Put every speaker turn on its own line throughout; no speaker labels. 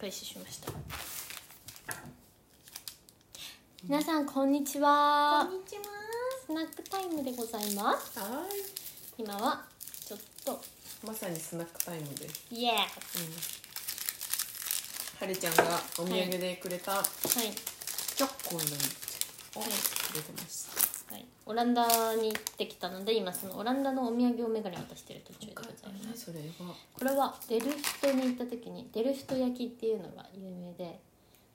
開始しました皆さんこんにちは
にちは。
スナックタイムでございます
は
今はちょっと
い。まさにスナックタイムです。
イエー
はるちゃんがお土産でくれた
はい
チョッコンのを
はい
くれてます。
はい、オランダに行ってきたので今そのオランダのお土産をメガネ渡してる途中でございます
それは。
これはデルフトに行った時にデルフト焼きっていうのが有名で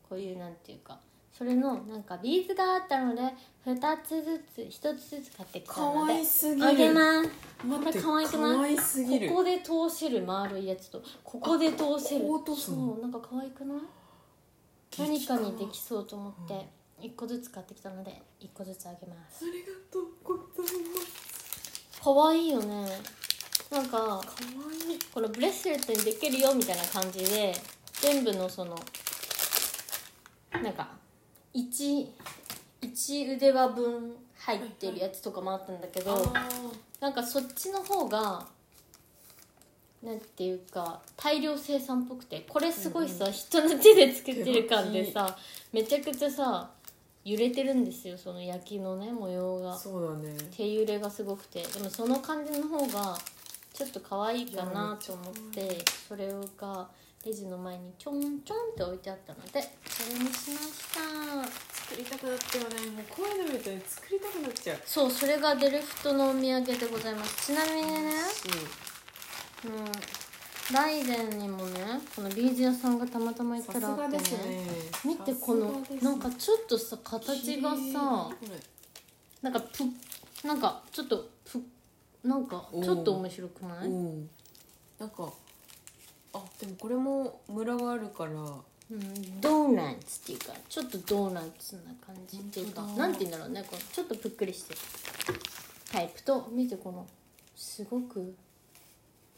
こういうなんていうかそれのなんかビーズがあったので2つずつ1つずつ買ってきた
可
ので
愛すぎる。
あげます
待っ
こ
て
れ可愛くない
可愛すぎる。
ここで通せる丸いやつとここで通せる
ここを通す
そ
の
うなんか可愛くない何かにできそうと思って1個ずつ買ってきたので1個ずつあげます
ありがとうございます。
可愛いよねなんか
可愛い。
このブレスレットにできるよみたいな感じで全部のそのなんか一一腕輪分入ってるやつとかもあったんだけど、なんかそっちの方がなんていうか大量生産っぽくてこれすごいさ、人の手で作ってる感でさめちゃくちゃさ揺れてるんですよその焼きのね模様
あ
が
ー。そうだね。
手揺れがすごくてでもその感じの方がちょっと可愛いかなと思っ
いやめ
てそれがレジの前にちょんちょんって置いてあったのでそれにしました
作りたくなったよね。もうこういうの見るとね作りたくなっちゃう。
そうそれがデルフトのお土産でございますちなみにね、うん、ライデンにもねこのビーズ屋さんがたまたま
うん
行っ
さ
た
す
らあ
が
って
です
ね
ね。
見てこの
さすがです
なんかちょっとさ形がさ
綺麗
なんかぷなんかちょっとぷなんかちょっと面白くない、
うん、なんかあでもこれもムラがあるから
うんドーナツっていうかちょっとドーナツな感じっていうか
本当
な
だ
んて言うんだろうねこのちょっとぷっくりしてるタイプと見てこのすごく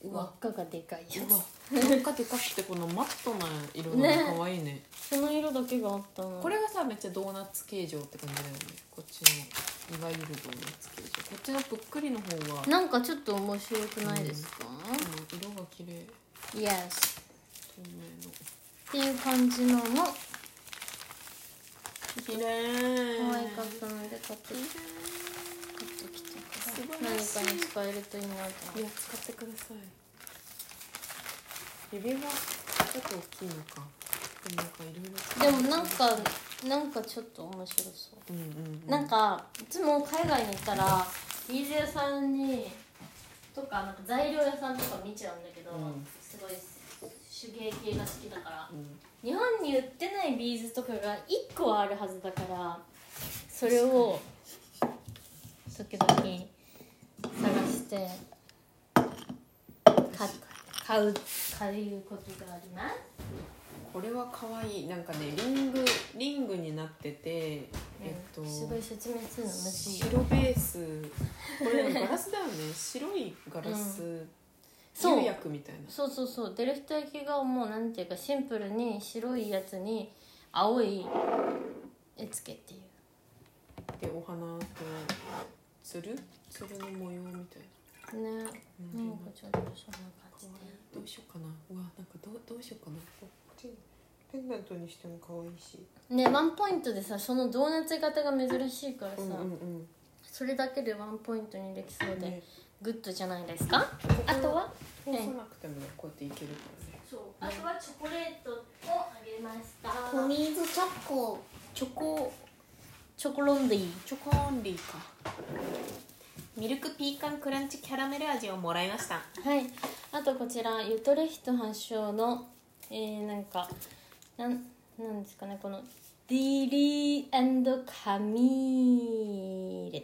う
輪
わ
っかがでかいうや
わなんかでかくてこのマットな色が
ね
可愛いね
つその色だけがあったの
これがさめっちゃドーナツ形状って感じだよねこっちのいわゆるドーナツ形状こっちのぷっくりの方は、うん、
なんかちょっと面白くないですか、
色が綺麗
イエス
透明の
っていう感じのも
綺麗
可愛かったので買って買ってきて
素
く
晴
だ
ら
さ
し
い何
い
かに使えるといいなと思
い
っ
や使ってください指輪ちょっと大きいのかでもなんかいろいろ
てでもなんかなんかちょっと面白そう
うんうん、うん、
なんかいつも海外に行ったらビーズ屋さんにとかなんか材料屋さんとか見ちゃうんだけど、
うん
すごい手芸系が好きだから
うん
日本に売ってないビーズとかが1個はあるはずだからそれを時々探してか買う買うことがあります
これは可愛いなんかねリングリングになってて、えっと
すごい説明するの難しいよ
白ベースこれガラス だよね白いガラス、
そう
釉薬みたいな
そうそうそうデルフト焼きがもうなんていうかシンプルに白いやつに青い絵付けっていう
でお花とつるつるの模様みたい
ねなんか
な、うん、
ちょっとそんな感じ
可
で
愛いどうしようかなうわなんかどうどうしようかなこっちペンダントにしても可愛いし
ねワンポイントでさそのドーナツ型が珍しいからさ、
うんうん
それだけでワンポイントにできそう
うん
で、
ね
グッドじゃないですか
ここ
あとは
通さなくてもこうやっていけるからね
そうあとはチョコレートをあげました
トミーズチョコチョコ
チョコロンディ
チョコオンリーかミルクピーカンクランチキャラメル味をもらいました
はい、あとこちらユトレヒト発祥の、えー、なんかなんなんですかねこのディリーカミーレっ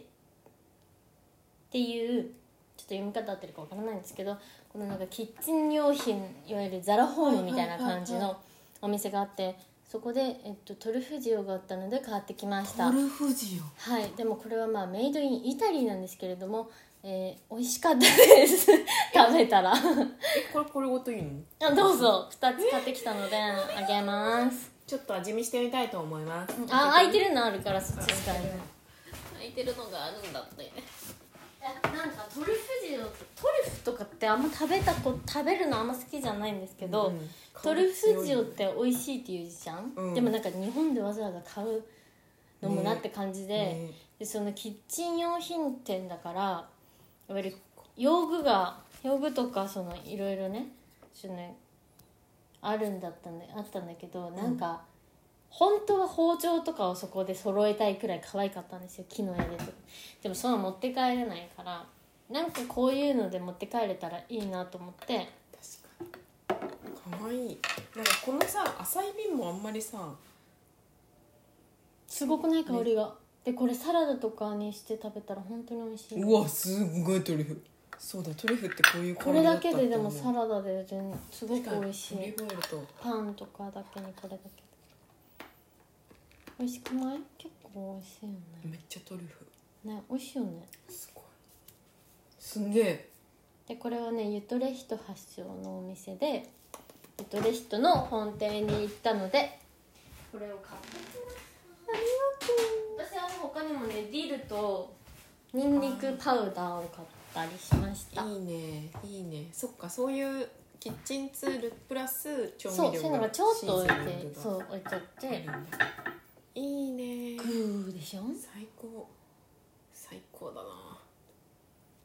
ていうちょっと読み方合ってるかわからないんですけどこのなんかキッチン用品いわゆるザラホームみたいな感じ
はいはいはい
のお店があってそこで、えっと、トルフジオがあったので買ってきました
トルフジ
はい、でもこれはまあメイドインイタリーなんですけれども、えー、美味しかったです食べたらあ
オこれこれごといいの
どうぞ2つ買ってきたのであげます
ちょっと味見してみたいと思います
あ開いてるのあるからそっち使える
開いてるのがあるんだって
えなんかトリュフ塩とトリュフとかってあんま食べたこ食べるのあんま好きじゃないんですけど、
うん
トリュフ塩って美味しいって言うじゃん、
うん
でもなんか日本でわざわざ買うのもなって感じで,、
ね
でそのキッチン用品店だからいわゆる用具が用具とかそのいろいろねそのあるんだったんであったんだけどなんか、本当は包丁とかをそこで揃えたいくらい可愛かったんですよ木のやでとかでもその持って帰れないからなんかこういうので持って帰れたらいいなと思って
確かに可愛いなんかこのさ浅い瓶もあんまりさ
すごくない香りが、でこれサラダとかにして食べたら本当に美味しいう
わすんごいトリュフそうだトリュフってこういう
こ
香
れ
りだ
だ
った
け
って
でで
思
も
う
サラダで全すごく美味し
オ
い
リーブオイルと
パンとかだけにこれだけで美味しくない結構美味しいよ
めっちゃトリュフ
ねね美味しいよね
すごいすんげえ
でこれはねゆとれひと発祥のお店でゆとれひとの本店に行ったのでこれを買ってきました私はね他にもねディルとニンニクパウダーを買ったりしました
いいねいいねそっかそういうキッチンツールプラス調味料
そうそういうのがちょっと置い
新鮮な
て
のが
そう置いちゃっ
うん
て
いいね
グーでしょ
最高最高だ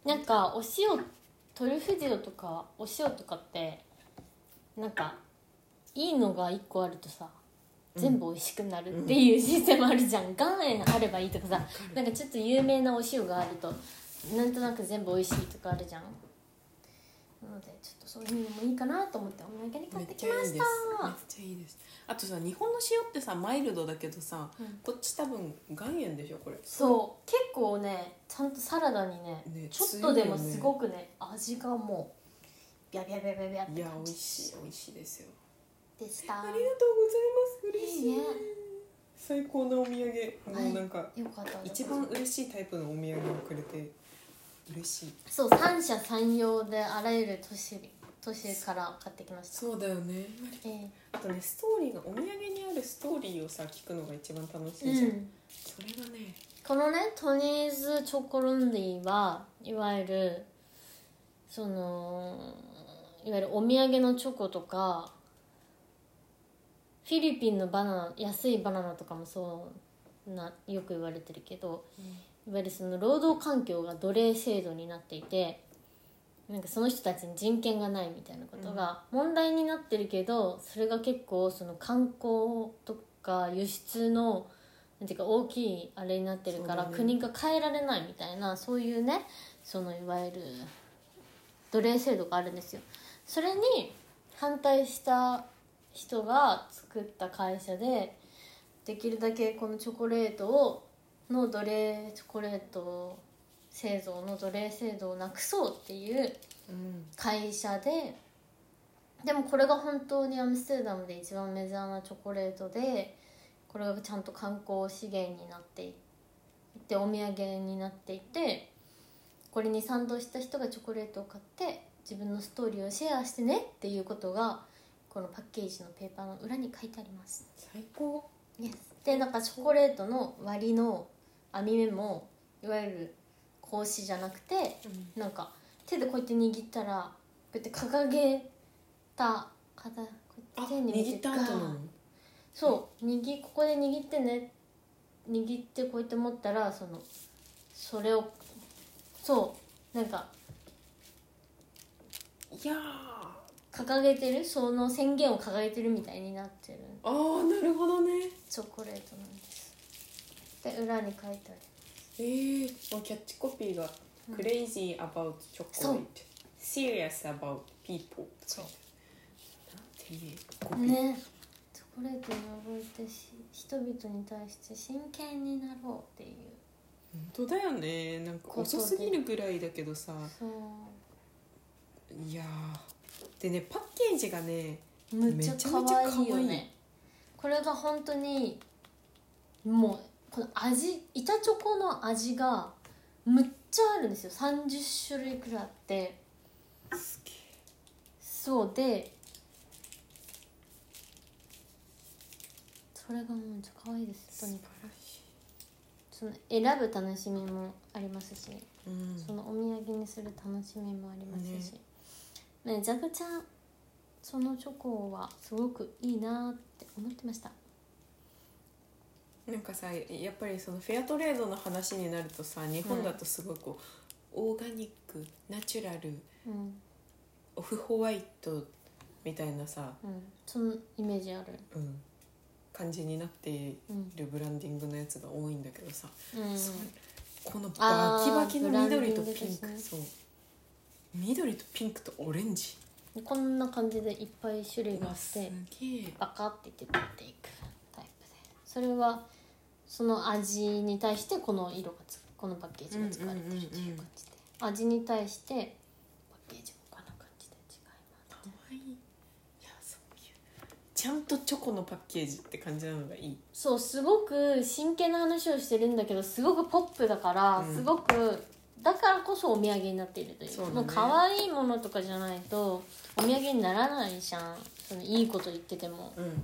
な
なんかお塩トリュフ塩とかお塩とかってなんかいいのが1個あるとさ
うん
全部美味しくなるっていうシステムあるじゃん、岩塩あればいいとかさなんかちょっと有名なお塩があるとなんとなく全部美味しいとかあるじゃんなのでちょっとそういうのもいいかなと思ってお土産に
め
買っ
って
き
ちゃいい
ま
です
し
めったちゃいいですあとさ日本の塩ってさマイルドだけどさ、
うん
こっち多分岩塩でしょこれ
そう結構ねちゃんとサラダにね
ね
ちょっとでも
強いよね
すごくね味がもうビャビャビャビャビャっ
い
て
や
感
美
じ
味しい美味しいですよ
でした
ありがとうございます嬉しい
いいね
最高のお土産
はい
もうなんか、
よかった
一番嬉しいタイプのお土産をくれて嬉しい
そう三者三様であらゆる年年から買ってきました
そうだよね
ええ
あとねストーリーがお土産にあるストーリーをさ聞くのが一番楽しいじゃん、
うん、
それがね
このねトニーズチョコロンディはいわゆるそのいわゆるお土産のチョコとかフィリピンのバナナ安いバナナとかもそうなよく言われてるけど、いわゆるその労働環境が奴隷制度になっていてなんかその人たちに人権がないみたいなことが問題になってるけど、それが結構その観光とか輸出のなんていうか大きいあれになってるから、
そうだね
国が変えられないみたいなそういうねそのいわゆる奴隷制度があるんですよ。それに反対した人が作った会社でできるだけこのチョコレートをの奴隷チョコレート製造の奴隷制度をなくそうっていう
うん
会社ででもこれが本当にアムステルダムで一番メジャーなチョコレートでこれがちゃんと観光資源になっていってお土産になっていてこれに賛同した人がチョコレートを買って自分のストーリーをシェアしてねっていうことがこのパッケージのペーパーの裏に書いてあります。
最高
でなんかチョコレートの割りの網目もいわゆる格子じゃなくて
うん
なんか手でこうやって握ったらこうやって掲げた肩こうや
あ
って手に見て
握った後なの
そう握ここで握ってね握ってこうやって持ったらそのそれをそうなんか
いやー
掲げてるその宣言を掲げてるみたいになってる
あーなるほどね
チョコレートなんですで裏に書いてある
えー、もうキャッチコピーが「Crazy about
そう
chocolate serious about people」
そう
なんていいコピー、
ねチョコレートに覚えてし人々に対して真剣になろうっていう
本当だよねなんか遅すぎるぐらいだけどさ
そう
いやーでねパッケージがね
むっちゃ
めちゃめちゃ
可愛いよ
可愛い
ねこれが本当にもうこの味板チョコの味がむっちゃあるんですよ30種類くらいあって
すげ
そうでそれがもうめっちゃ可愛いですとにか
らしい
くその選ぶ楽しみもありますし、
うん
そのお土産にする楽しみもありますし、ねジャブちゃんそのチョコはすごくいいなって思ってました
なんかさやっぱりそのフェアトレードの話になるとさ日本だとすごいこう、オーガニックナチュラル
うん
オフホワイトみたいなさ、
うんそのイメージある
うん、感じになってい
うん、
るブランディングのやつが多いんだけどさ、
うん、
それこの
あ
バキ
ー
バキの緑と
ブランディング
ピン
です
ク、
ね
そう緑とピンクとオレンジ
こんな感じでいっぱい種類があ
が
っ
す
て
げえ
バカって言って取っていくタイプでそれはその味に対してこの色がつくこのパッケージが使われてるっていう感じで、味に対してパッケージもこんな感じで違いま
かわいいいやそういうちゃんとチョコのパッケージって感じなのがいい
すそうすごく真剣な話をしてるんだけどすごくポップだから、
うん
すごくだからこそお土産になっているという
そうだね
もう可愛いものとかじゃないとお土産にならないじゃんそのいいこと言ってても。
うん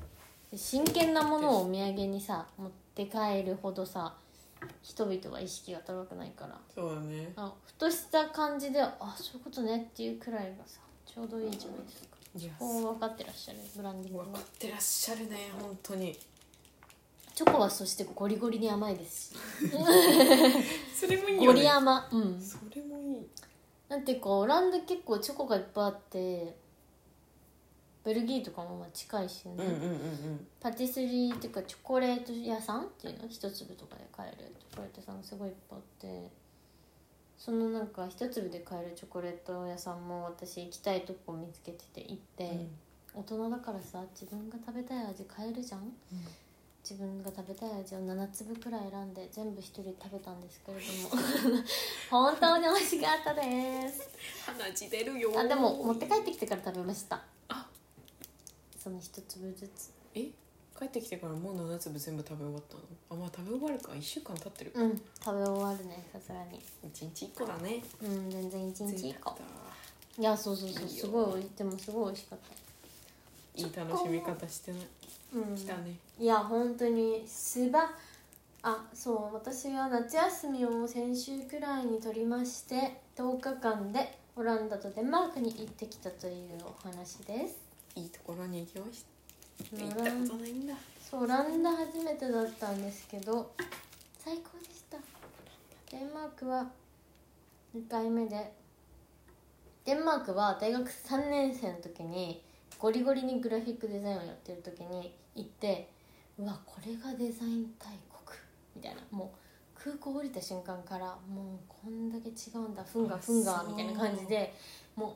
真剣なものをお土産にさ持って帰るほどさ人々は意識が高くないから
そうだね
あふとした感じであそういうことねっていうくらいがさちょうどいいじゃないですか
いや
こう分かってらっしゃるブランディング
分か
は
ってらっしゃるね本当に
チョコはそしてゴリゴリに甘い ですし
それもいい
ゴ
よ
リ
ね
甘うん
それもいい
だってこうオランダ結構チョコがいっぱいあってベルギーとかもまあ近いしね、
うん
パティスリーっていうかチョコレート屋さんっていうの一粒とかで買えるチョコレート屋さんがすごいいっぱいあってそのなんか一粒で買えるチョコレート屋さんも私行きたいとこ見つけてて行って、大人だからさ自分が食べたい味買えるじゃん自分が食べたい味を7粒くらい選んで全部一人で食べたんですけれども 本当に美味しかったです
鼻血出るよ
あでも持って帰ってきてから食べました
あ
その一粒ずつ
え帰ってきてからもう7粒全部食べ終わったのあまあ食べ終わるか1週間経ってる
うん食べ終わるねさすがに
1日1個だね
うん全然一日以
贅沢
降
だ
いやそうそうそう
いいよ
すごい美味でもすごい美味しかった
いい楽しみ方してない
うん
来たね
いや本当にすばあそう私は夏休みを先週くらいに取りまして10日間でオランダとデンマークに行ってきたというお話です
いいところに行きました
オ
行
ラ
っ
ン
たことないんだ
そうオランダ初めてだったんですけど最高でしたデンマークは2回目でデンマークは大学3年生の時にゴリゴリにグラフィックデザインをやってる時に行ってうわこれがデザイン大国みたいなもう空港降りた瞬間からもうこんだけ違うんだフンガ
あ
フンガ
そう
みたいな感じでもう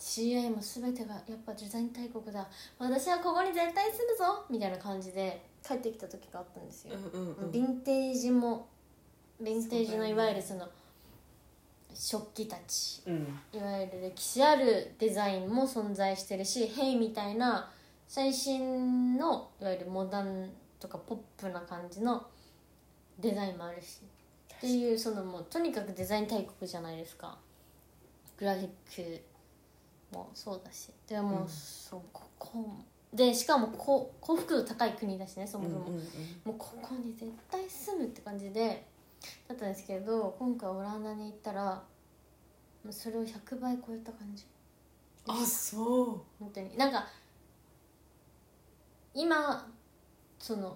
CI も全てがやっぱデザイン大国だ私はここに絶対住むぞみたいな感じで帰ってきた時があったんですよ、
うんうんうん
ヴィンテージもヴィンテージ
そうだ
の
よね
いわゆるその食器たち
うん
いわゆる歴史あるデザインも存在してるし「ヘイ」みたいな最新のいわゆるモダンとかポップな感じのデザインもあるしっていうそのもうとにかくデザイン大国じゃないですかグラフィックもそうだしでも、
うん
そうここもでしかもこ幸福度高い国だしねそも
う
そ
ん
も、
うんうん
もうここに絶対住むって感じでだったんですけど今回オランダに行ったらもうそれを100倍超えた感じ
あそ
本当になんか今その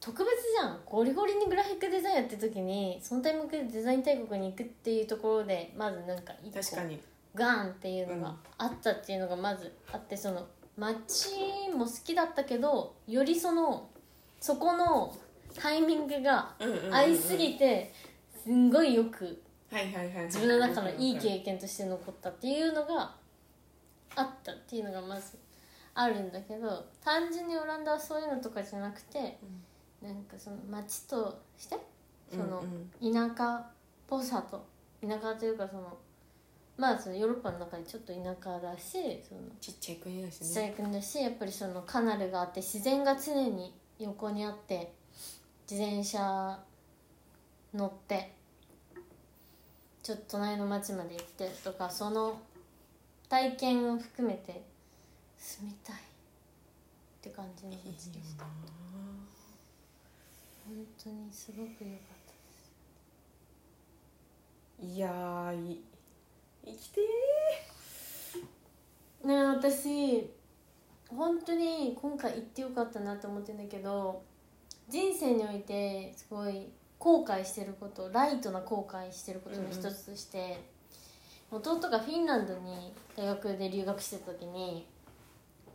特別じゃんゴリゴリにグラフィックデザインやってる時にそのタイミングでデザイン大国に行くっていうところでまずなんか一
う
個
確かに
ガーンっていうのがあったっていうのがまずあってその街も好きだったけどよりそのそこのタイミングが
うんうんうんうん
合いすぎてすんごいよく
はいはいはい
自分の中のいい経験として残ったっていうのがあったっていうのがまずあるんだけど単純にオランダはそういうのとかじゃなくてなんかその街としてその。
うんう
田
ん
舎っぽさと田舎というかそのまあそのヨーロッパの中でちょっと田舎だしその
ちっちゃい国だし
ちっちゃ
ね
い国だしやっぱりそのカナルがあって自然が常に横にあって自転車乗ってちょっと隣の町まで行ってとかその体験を含めて住みたいって感じの街で
いい
し
よ
た
な
本当にすごく良かったです
いやーい生きて
ねえ私本当に今回行ってよかったなと思ってんだけど人生においてすごい後悔してることライトな後悔してることの一つとして、弟がフィンランドに大学で留学してた時に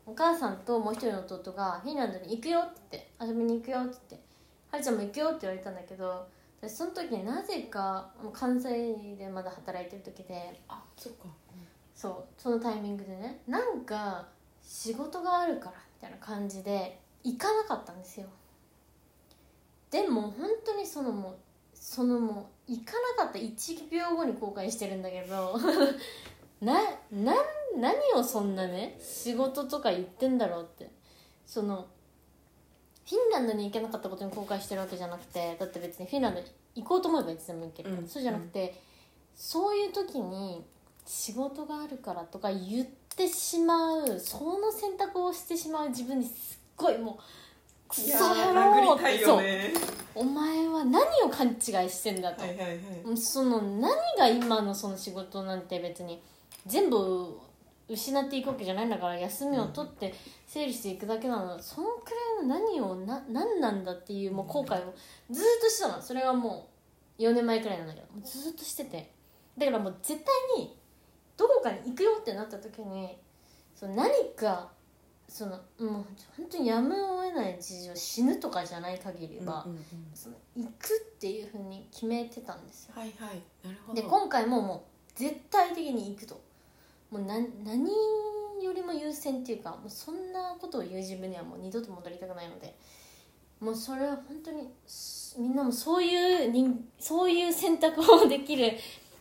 お母さんともう一人の弟がフィンランドに行くよって言って遊びに行くよって言って「はるちゃんも行くよ」って言われたんだけど私その時なぜかもう関西でまだ働いてる時で。
あそうか
そうそのタイミングでねなんか仕事があるからみたいな感じで行かなかったんですよでも本当にそのもうそのもう行かなかった1秒後に後悔してるんだけど なな何をそんなね仕事とか言ってんだろうってそのフィンランドに行けなかったことに後悔してるわけじゃなくてだって別にフィンランド行こうと思えばいつでも行けるから、
うん
そうじゃなくて、そういう時に仕事があるからとか言ってしまうその選択をしてしまう自分にすっごいもうク
いや
ソ野
ー
郎
殴りたい
そ
よ
う
ね
お前は何を勘違いしてんだと、
はいはいはい
その何が今のその仕事なんて別に全部失っていくわけじゃないんだから休みを取って整理していくだけなの、そのくらいの何をな何なんだっていうもう後悔をずーっとしてたのそれはもう4年前くらいなんだけどもうずーっとしててだからもう絶対にどこかに行くよってなった時にその何かそのもう本当にやむを得ない事情死ぬとかじゃない限りは、
うんうんうん
その行くっていうふうに決めてたんですよ
はいはいなるほど
で今回ももう絶対的に行くともうな何よりも優先っていうかもうそんなことを言う自分にはもう二度と戻りたくないのでもうそれは本当にすみんなもそういう人そういう選択をできる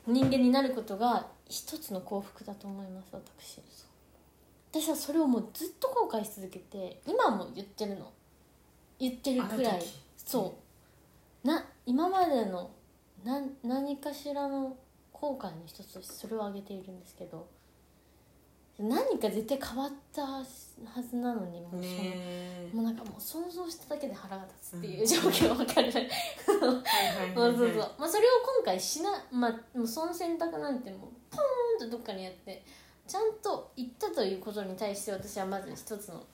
人間になることが一つの幸福だと思います私私はそれをもうずっと後悔し続けて今も言ってるの言ってるくら
あの
い
時
そうな今までのなん何かしらの後悔の一つとしてそれを挙げているんですけど何か絶対変わったはずなのにもうその
ね
もうなんかもう想像しただけで腹が立つっていう状況わかる、
はいはい
そ
は
う
い
そう
はい
そう、まあ、それを今回しな、まあ、もうその選択なんてもうポーンとどっかにやってちゃんと行ったということに対して私はまず一つの、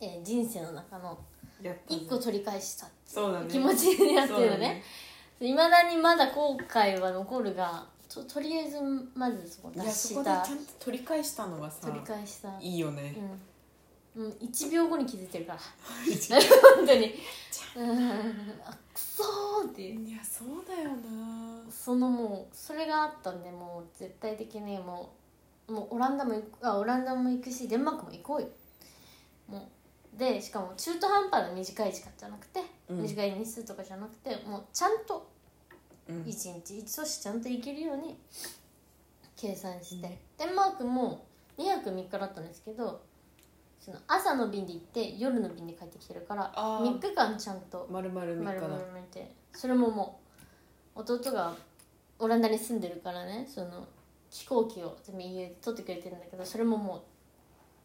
えー人生の中の
やったね
一個取り返した
そうだね
気持ちになってる
そう
の
だ
ねいまだにまだ後悔は残るがととりあえずまずそこ出
いやそ
し
こでち
た
ゃんと取り返したのがさ
取り返した
いいよね
うん、うん、1秒後に気づいてるから 本当にうんあくそーっていう
いやそうだよな
そのもうそれがあったんでもう絶対的にもうもうオランダも行くあオランダも行くしデンマークも行こうよもうでしかも中途半端な短い時間じゃなくて、
うん
短い日数とかじゃなくてもうちゃんと
うん
一日一組織ちゃんと行けるように計算して、デンマークも2泊3日だったんですけどその朝の便で行って夜の便で帰ってきてるから
あー
3日間ちゃんと
まるまる3
丸
日
々
だ
見てそれももう弟がオランダに住んでるからねその飛行機を全部 EU で取ってくれてるんだけどそれもも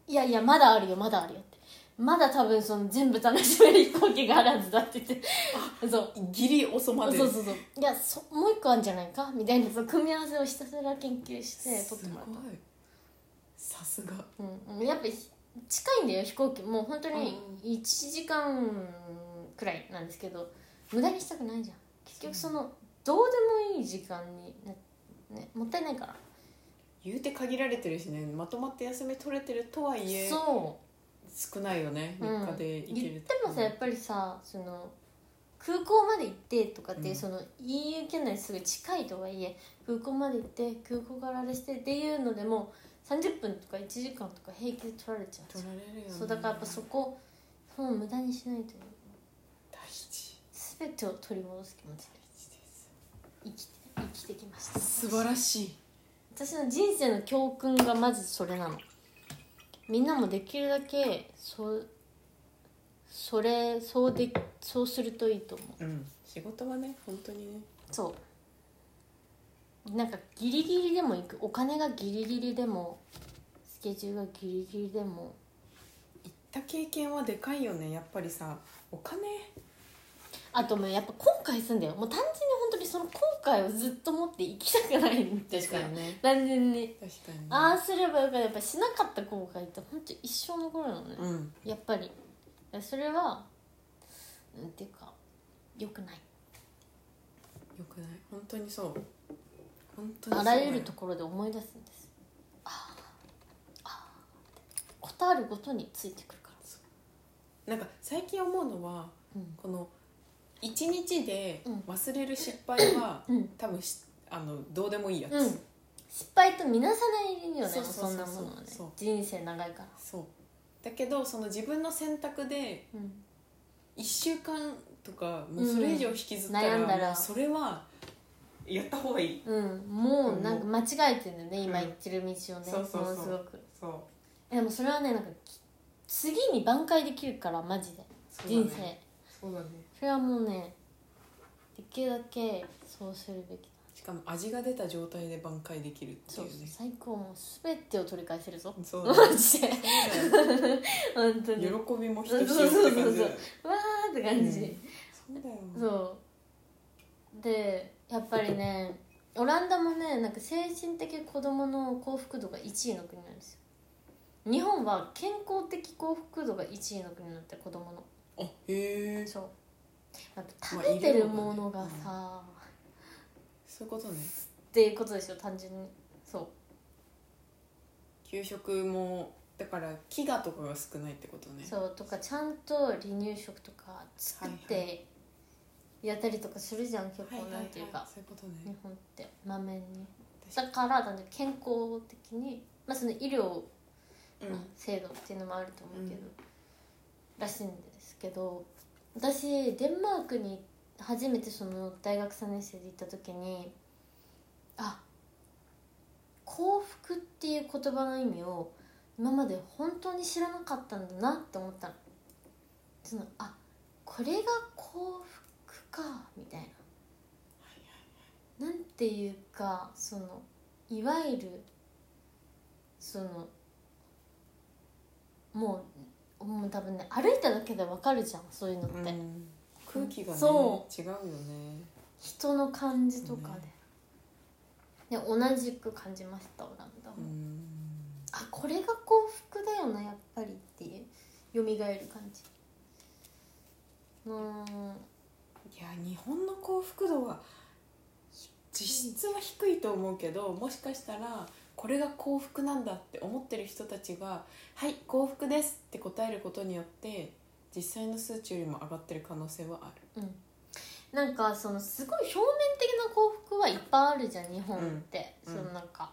ういやいやまだあるよまだあるよってまだ多分その全部楽しめる飛行機があるはずだって言って そう
ギリ遅まで
そうそうそういやそもう一個あるんじゃないかみたいなその組み合わせをひたすら研究して取ってもらっ
すごいさすが
た、うん、やっぱひ近いんだよ飛行機もう本当に1時間くらいなんですけど無駄にしたくないじゃん結局そのどうでもいい時間にねねもったいないから
言うて限られてるしねまとまって休み取れてるとはいえ
そう
少ないよね3日で行ける
言ってもさやっぱりさその空港まで行ってとかって、
うん
その EU 圏内すぐ近いとはいえ空港まで行って空港からあれしてっていうのでも30分とか1時間とか平気で取られちゃう
取られるよね
そうだからやっぱそこもう無駄にしないという
大事
全てを取り戻す気持ちで
大事です
生きて生きてきました
素晴らしい
私の人生の教訓がまずそれなのみんなもできるだけそうそれそうでそうするといいと思う
うん仕事はね本当にね
そうなんかギリギリでも行くお金がギリギリでもスケジュールがギリギリでも
行った経験はでかいよねやっぱりさお金
あともうやっぱ後悔すんだよもう単純に本当にその後悔をずっと持って生きたくないんだよ
確かにね
単純に
確かにね
ああすればよかったやっぱしなかった後悔って本当一生残るのね、
うん
やっぱりそれはなんていうかよくない
よくない本当にそう本当にそ
あ
う
らゆるところで思い出すんですあーあーことあるごとについてくるから
なんか最近思うのは
うん
この一日で
うん
忘れる失敗 は、
うん
多分しあのどうでもいいやつ、
うん失敗と見なさないよね
そうそうそうそう
そんなものはね
そう
人生長いから
そうだけどその自分の選択で
うん
1週間とかもうそれ以上引きずったら,、
うん悩んだら
もうそれはやった方がいい
うん、もうなんか間違えてるんだよね、今
うん
行ってる道をね、
そうそうそう
ものすごく
そう
でもそれはねなんかき次に挽回できるからマジで、
そう
人
だね
生
そうだね
それはもうねできるだけそうするべきだ
しかも味が出た状態で挽回できるって
そ
いううね
最高もう全てを取り返せるぞ
そうだ ね
マジで本当に
喜
うわ
びもひとしおって感じだよね
ー って感じ、
そうだよ
そうでやっぱりねオランダもねなんか精神的子どもの幸福度が1位の国なんですよ日本は健康的幸福度が1位の国なんて子どもの
あへえ
そうやっぱ
まあ
食べてるものがさ、
そういうことね
っていうことですよ単純にそ
給食もだから飢餓とかが少ないってこと
う
ね
そうとかちゃんと離乳食とか作ってやったりとかするじゃん結構なんていうか
そういうことね、
日本ってまめに
確か
だからだ、ね、健康的に、まあ、その医療
にうん
制度っていうのもあると思うけど、
う
らしいんですけど私デンマークに初めてその大学3年生で行った時にあ幸福っていう言葉の意味を今まで本当に知らなかったんだなって思ったの。そのあこれが幸福かみたいな。なんていうかそのいわゆるそのもうもう多分ね歩いただけでわかるじゃんそういうのって、
うん空気がね
そ
違うよね
人の感じとかで、で同じく感じましたオランダも、
うん
あこれが幸福だよなやっぱりっていう蘇る感じうーん
いや日本の幸福度は実質は低いと思うけどもしかしたらこれが幸福なんだって思ってる人たちが「はい幸福です」って答えることによって実際の数値よりも上がってる可能性はある。
うんなんかそのすごい表面的な幸福はいっぱいあるじゃん日本って、
うん
そのなんか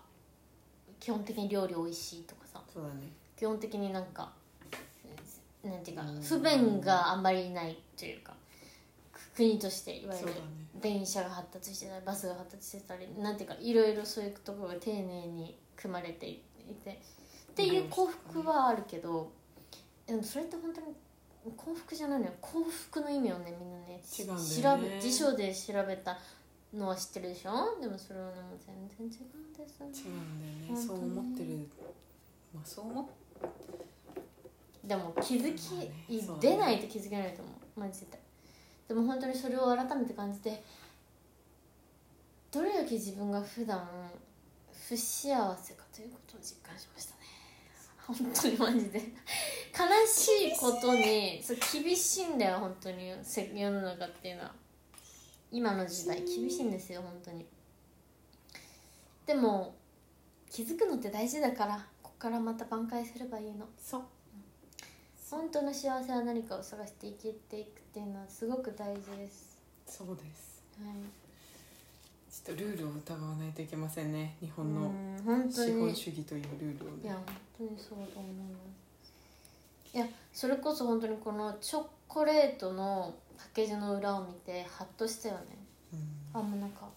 基本的に料理おいしいとかさ
そうだね
基本的になんかなんていうか
うん
不便があんまりないというかく国としていわ
そ
ゆ
うだ
る
ね
電車が発達してたりバスが発達してたりなんていうかいろいろそういうところが丁寧に組まれていてっていう幸福はあるけどでもそれって本当に幸福じゃないのよ幸福の意味をねみんなね
違うんだ
調
よね
べ辞書で調べたのは知ってるでしょでもそれはねもう全然違うんですよね
違うんだよ
本当ね
ねそう思ってるまあそう思っ
でも気づき、
まあね
い
そうだね
出ないと気づけないと思うマジででも本当にそれを改めて感じてどれだけ自分が普段不幸せかということを実感しましたね本当にマジで悲しいことにそう厳しいんだよ本当に世世の中っていうのは今の時代厳しいんですよ本当にでも気づくのって大事だからここからまた挽回すればいいの
そう
本当の幸せは何かを探して生きていくっていうのはすごく大事です。
そうです
はい。
ちょっとルールを疑わないといけませんね日本
う
の
ん本当
資
に
本
い
主義というルールを
や
ね
本当にそうだと思います。いやそれこそ本当にこのチョコレートのパッケージの裏を見てハッとしたよね。
うん
あもうなんか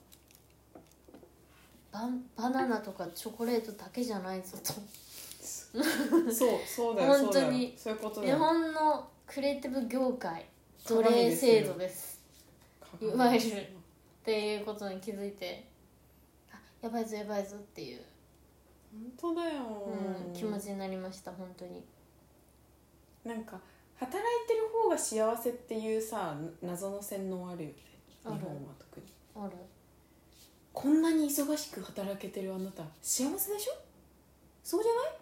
バンバナナとかチョコレートだけじゃないぞと。
そうそうだよそ
本
うだ
当
よ
に
そういうことだ
日
よ
本のクリエイティブ業界奴隷制度です。
鏡
いわゆるっていうことに気づいてあやばいぞやばいぞっていう、
本当だよ、
うん、気持ちになりました本当に
なんか働いてる方が幸せっていうさ謎の洗脳あるよね日
ある
本は特に
ある
こんなに忙しく働けてるあなた幸せでしょそうじゃない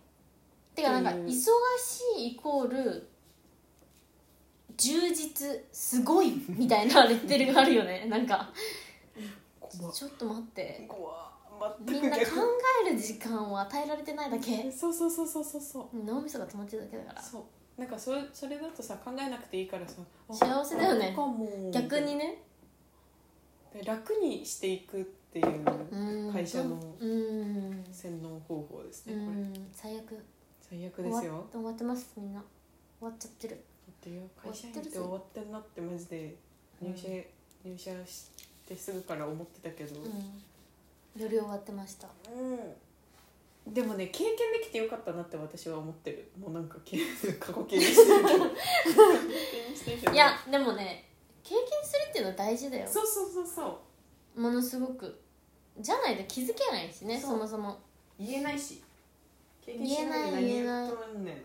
てかなんか
うん
忙しいイコール充実すごいみたいなレッテルがあるよ ねなんか
怖っ
ちょっと待 って
怖っ
み
全
ん
く
な考
逆
える時間を与えられてないだけ
そうそうそうそうそうそう
脳みそが止まってるだけだから
そうなんかそれそれだとさ考えなくていいからさあ
幸せだよね
そうかも
逆にね
で楽にしていくっていう
うん
会社の
うん
洗脳方法です
う
ね、これ
ん最悪
最悪
終
で
わっ
すよ
終わってますみんな終わっちゃってる
だってよ
終わって
会社
る
員って終わってんなってマジで入社、入社してすぐから思ってたけど、
うんより終わってました
うんでもね経験できてよかったなって私は思ってるもうなんか経過去形にし てるけど過去形にしてるけど
いやでもね経験するっていうのは大事だよ
そうそうそうそう
ものすごくじゃないと気づけないしね
そう
そもそも
言えないし経
験しないで何やっと
んねんっ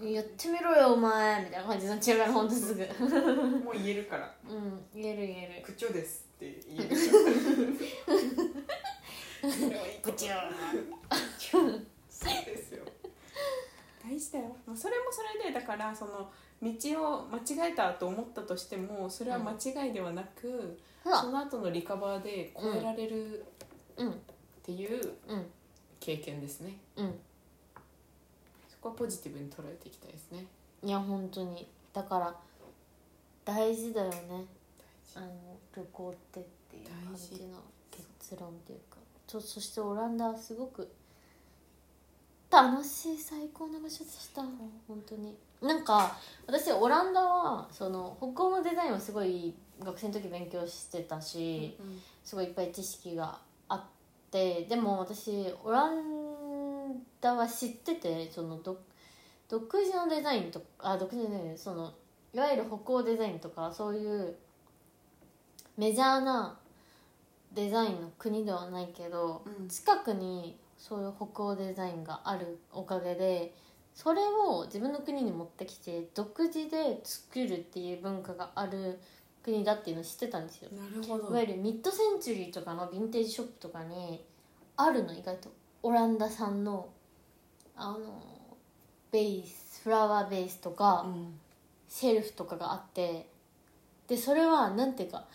うんやってみろよお前みたいな感じになっちゃうからほんとすぐう
もう言える から
ん言える言える
口調ですって言える
ブチュー
そうですよ大事だよもうそれもそれでだからその道を間違えたと思ったとしてもそれは間違いではなく、
ほ
そ
ら
の後のリカバーで超えられるっ
うん
ていう
うん
経験ですね
うん
そこはポジティブに捉えていきたいですね
いや本当にだから大事だよねあの旅行ってっていう感じの結論っていうかちょそしてオランダはすごく楽しい最高な場所でした本当になんか私オランダはその北欧のデザインをすごい学生の時勉強してたし、
うん
すごいいっぱい知識があってでも私オランダは知っててそのど独自のデザインとかあ独自のデザインそのいわゆる北欧デザインとかそういうメジャーなデザインの国ではないけど、
うん
近くにそういう北欧デザインがあるおかげでそれを自分の国に持ってきて独自で作るっていう文化がある国だっていうのを知ってたんですよ。
なるほど
いわゆるミッドセンチュリーとかのヴィンテージショップとかにあるの意外とオランダ産のあのベースフラワーベースとか、
うん
シェルフとかがあってでそれはなんていうか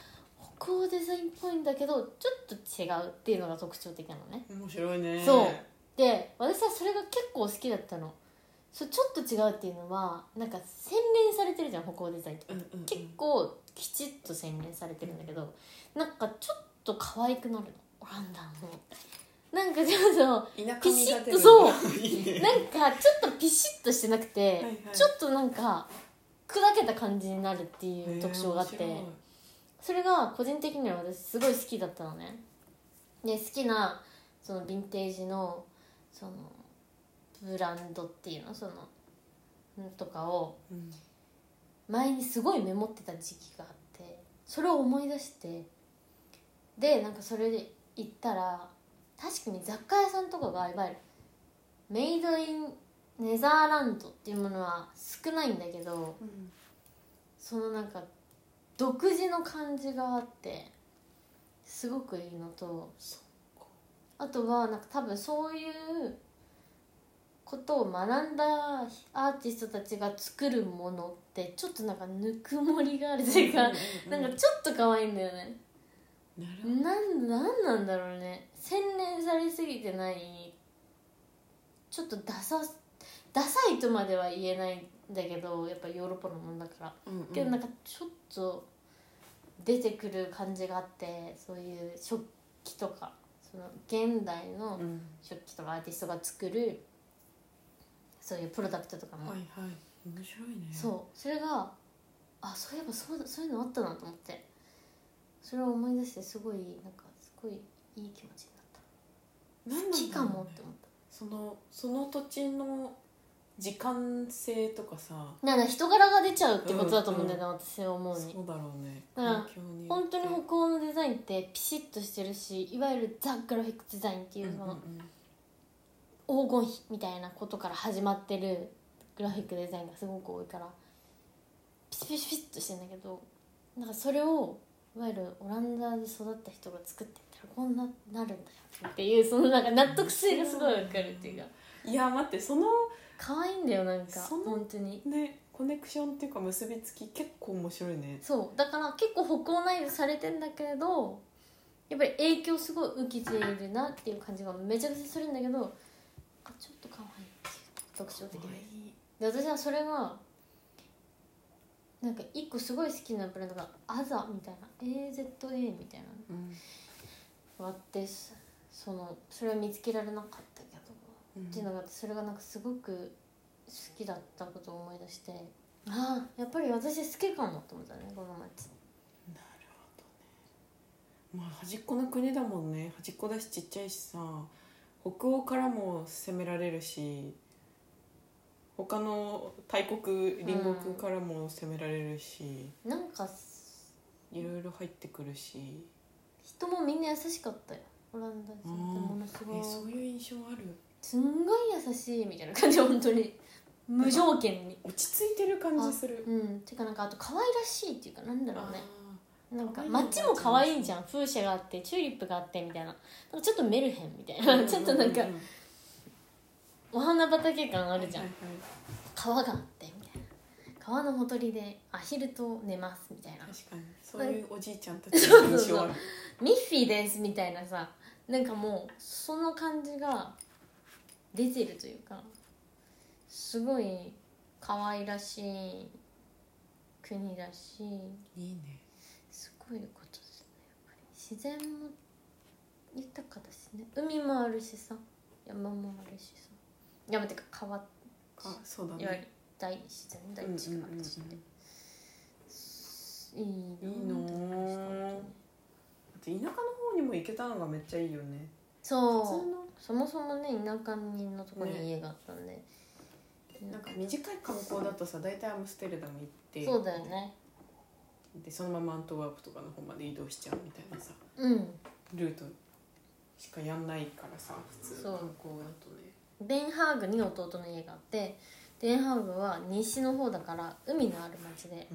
北欧デザインっぽいんだけどちょっと違うっていうのが特徴的なのね
面白いね
そうで私はそれが結構好きだったのそうちょっと違うっていうのはなんか洗練されてるじゃん北欧デザインって
うんうんうん
結構きちっと洗練されてるんだけどなんかちょっと可愛くなるのオランダのなんかちょっと
田
ピシッ
舎に
と
建て
そう
ういいね
なんかちょっとピシッとしてなくて
いはい
ちょっとなんか砕けた感じになるっていう特徴があって、
えー面
それが個人的には私すごい好きだったのねで好きなそのヴィンテージのそのブランドっていうのそのんとかを
白いうん
前にすごいメモってた時期があってそれを思い出してでなんかそれで行ったら確かに雑貨屋さんとかがいわゆるメイドインネザーランドっていうものは少ないんだけど
うん
そのなんか独自の感じがあってすごくいいのと
そ
あとはなんか多分そういうことを学んだアーティストたちが作るものってちょっとなんかぬくもりがあるというか、
う
なん
う
かちょっと可愛いんだよね、
なるほど
なんなんなんだろうね洗練されすぎてないちょっとダサダサいとまでは言えないんだけどやっぱヨーロッパのもんだから
うんうん
けどなんかちょっと出てくる感じがあってそういう食器とかその現代の
うん
食器とかアーティストが作るそういうプロダクトとかも、
はいはい面白いね
そうそれがあそういえばそうそういうのあったなと思ってそれを思い出してすごいなんかすごいいい気持ちになった
何なん
好
だろう
き
ね
かもって思っ
そのその土地の時間性とかさ
たなんか人柄が出ちゃうってことだと思うんだよね、私は思うに
そうだろうね
うん
境によって
本当に北欧のデザインってピシッとしてるしいわゆるザ・グラフィックデザインっていうその、
うん
黄金比みたいなことから始まってるグラフィックデザインがすごく多いからピチピチピチっとしてんだけどなんかそれをいわゆるオランダで育った人が作ってみたらこんななるんだよっていうそのなんか納得性がすごいわかるっていうか
いや待ってその
可愛いんだよなんか
その
本当に
ねコネクションっていうか結びつき結構面白いね
そうだから結構北欧内でされてんだけれどやっぱり影響すごい受けているなっていう感じがめちゃくちゃするんだけどあちょっと可愛いっていう特徴的
可
で
愛い
で私はそれがなんか一個すごい好きなブランドが「アザ」みたいな「AZA」みたいな
うん
のがあってそそのそれは見つけられなかったけど、っていうのがあってそれがなんかすごく好きだったことを思い出してああやっぱり私好きかもって思ったねこの街
なるほどねまあ端っこの国だもんね端っこだしちっちゃいしさ北欧からも攻められるし他の大国隣国からも攻められるし、
なんか
いろいろ入ってくるし、
人もみんな優しかったよオランダ人ってものすご
え
い
そういう印象ある
すんごい優しいみたいな感じ本当に無条件に
落ち着いてる感じする
うんてかなんかあと可愛らしいっていうかなんだろうねなんか
可愛いな
街も可愛いじゃん風車があってチューリップがあってみたいななんかちょっとメルヘンみたい
あー
な ちょっとなんか
ううう
お花畑感あるじゃん
はいはいはい
川があってみたいな川のほとりでアヒルと寝ますみたいな
確かにそういうおじいちゃんたちの印象ある
ミッフィーですみたいなさなんかもうその感じが出てるというかすごい可愛らしい国だし
いいね
すごいことですねやっぱり自然も豊かだしね海もあるしさ山もあるしさ山っていうか川い
あそうだ
わゆ
ね
る大自然大地があるしねいい
いいのーだって田舎の方にも行けたのがめっちゃいいよね
そう
普通の
そもそもね田舎のとこに家があったんで、
なんか短い観光だとさ大体アムステルダム行って
そうだよね
でそのままアントワープとかの方まで移動しちゃうみたいなさ
うん
ルートしかやんないからさ普通
そ
観
う
光だとね
デンハーグに弟の家があってデンハーグは西の方だから海のある町で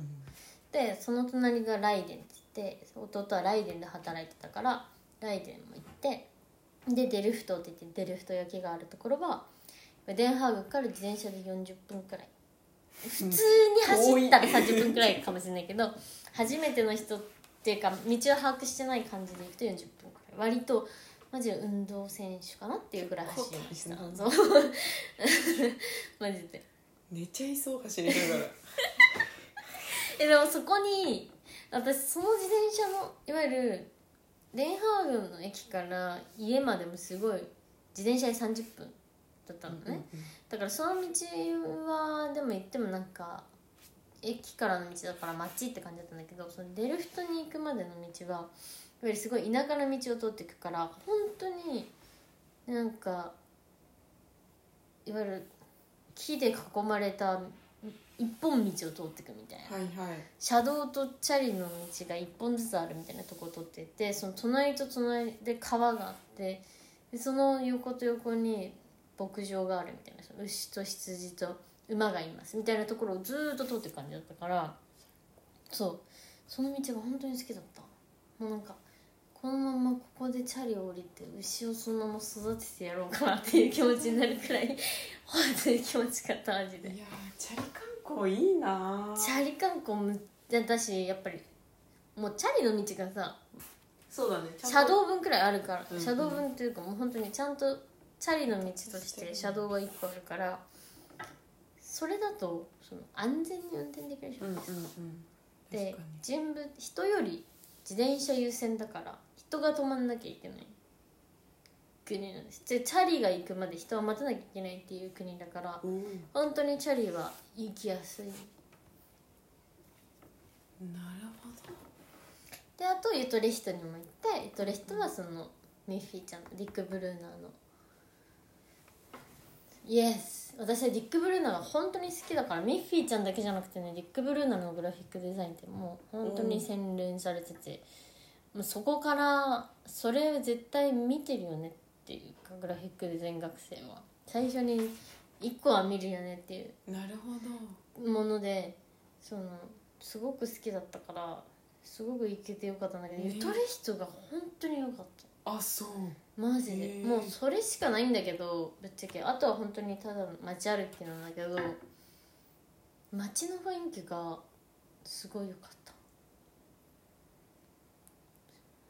でその隣がライデンって言って弟はライデンで働いてたからライデンも行ってでデルフトって言ってデルフト焼きがあるところはデンハーグから自転車で40分くらい普通に走ったら30分くらいかもしれないけど初めての人っていうか道を把握してない感じで行くと40分くらい割とマジで運動選手かなっていうぐらい走りました
結構大変
そうマジで
寝ちゃいそう走 りながら
えでもそこに私その自転車のいわゆるレンハーグの駅から家までもすごい自転車で30分だったのね、だからその道はでも行ってもなんか駅からの道だから街って感じだったんだけどそのデルフトに行くまでの道はいわゆるすごい田舎の道を通っていくから本当になんかいわゆる木で囲まれた一本道を通っていくみたいな
はいはい
車道とチャリの道が1本ずつあるみたいなとこを取っててその隣と隣で川があってでその横と横に牧場があるみたいなその牛と羊と馬がいますみたいなところをずーっと通ってる感じだったからそうその道が本当に好きだったもうなんかこのままここでチャリを降りて牛をそのまま育ててやろうかなっていう気持ちになるくらい本当に気持ちよかったマジで
いやーチャリ観光いいなー
チャリ観光むだしやっぱりもうチャリの道がさ
そうだねちゃん
車
と
道分くらいあるから、
うんうん
車道分というかもう本当にちゃんとチャリの道とし
してる
て車道が1個あるからそれだとその安全に運転できるでしょ、
うんうんうん
で
確かに
人物人より自転車優先だから人が止まんなきゃいけない国なんですでチャリが行くまで人は待たなきゃいけないっていう国だから
おー
本当にチャリは行きやすい
なるほど
であとゆとり人にも行ってゆとり人はそのミッフィーちゃんのディック・ブルーナーのイエス私はディック・ブルーナーが本当に好きだからミッフィーちゃんだけじゃなくてねディック・ブルーナーのグラフィックデザインってもう本当に洗練されてて、もうそこからそれ絶対見てるよねっていうかグラフィックデザイン学生は最初に1個は見るよねっていう
なるほど
ものでそのすごく好きだったからすごく行けてよかったんだけど、
ね
ゆとり人が本当によかった
あそう
マジで、
へえ
もうそれしかないんだけどぶっちゃけあとは本当にただの街歩きなんだけど街の雰囲気がすごい良かった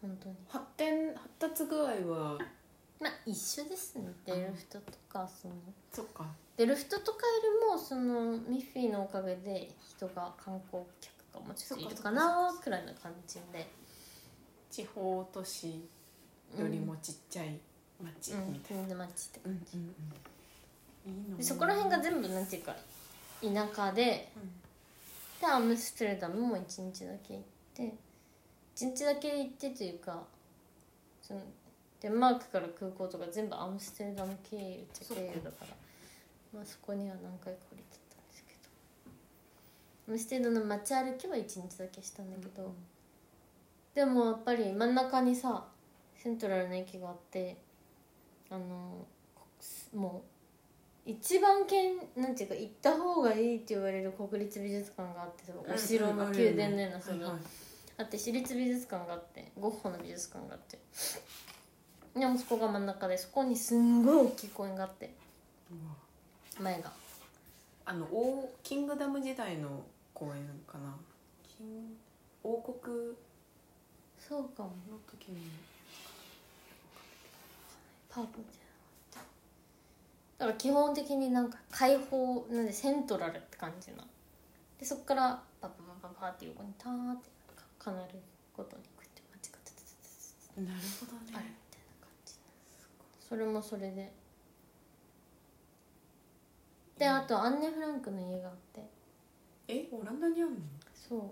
本当に
発展発達具合は
まあ一緒ですねデルフトとかその
そっか
デルフトとかよりもそのミッフィーのおかげで人が観光客がもうちょっといるかなくらいな感じで
地方都市よりもちっちゃい町
うん
みたい
うん、街って
な、うんうんうんいいの
でそこら辺が全部なんていうか田舎ででアムステルダムも一日だけ行って一日だけ行ってというかそのデンマークから空港とか全部アムステルダム経由っちゃ経由だからまあ、そこには何回か降りてたんですけどアムステルダムの街歩きは一日だけしたんだけど、でもやっぱり真ん中にさセントラルの駅があってあのこもう一番けんなんていうか行った方がいいって言われる国立美術館があってそのお城の宮殿のようなそのあって私立美術館があってゴッホの美術館があってでもそこが真ん中でそこにすんごい大きい公園があって前が
あの王キングダム時代の公演かな金王国
そうかも
の時に
パープルじゃなかっただから基本的になんか開放なんでセントラルって感じなでそっからパパパパパって横にターってかなるごとにこうやって間違ってて
なるほど
あるみ
ね
たいな感じそれもそれでであとアンネ・フランクの家があって
えオランダにあるの
そう
ア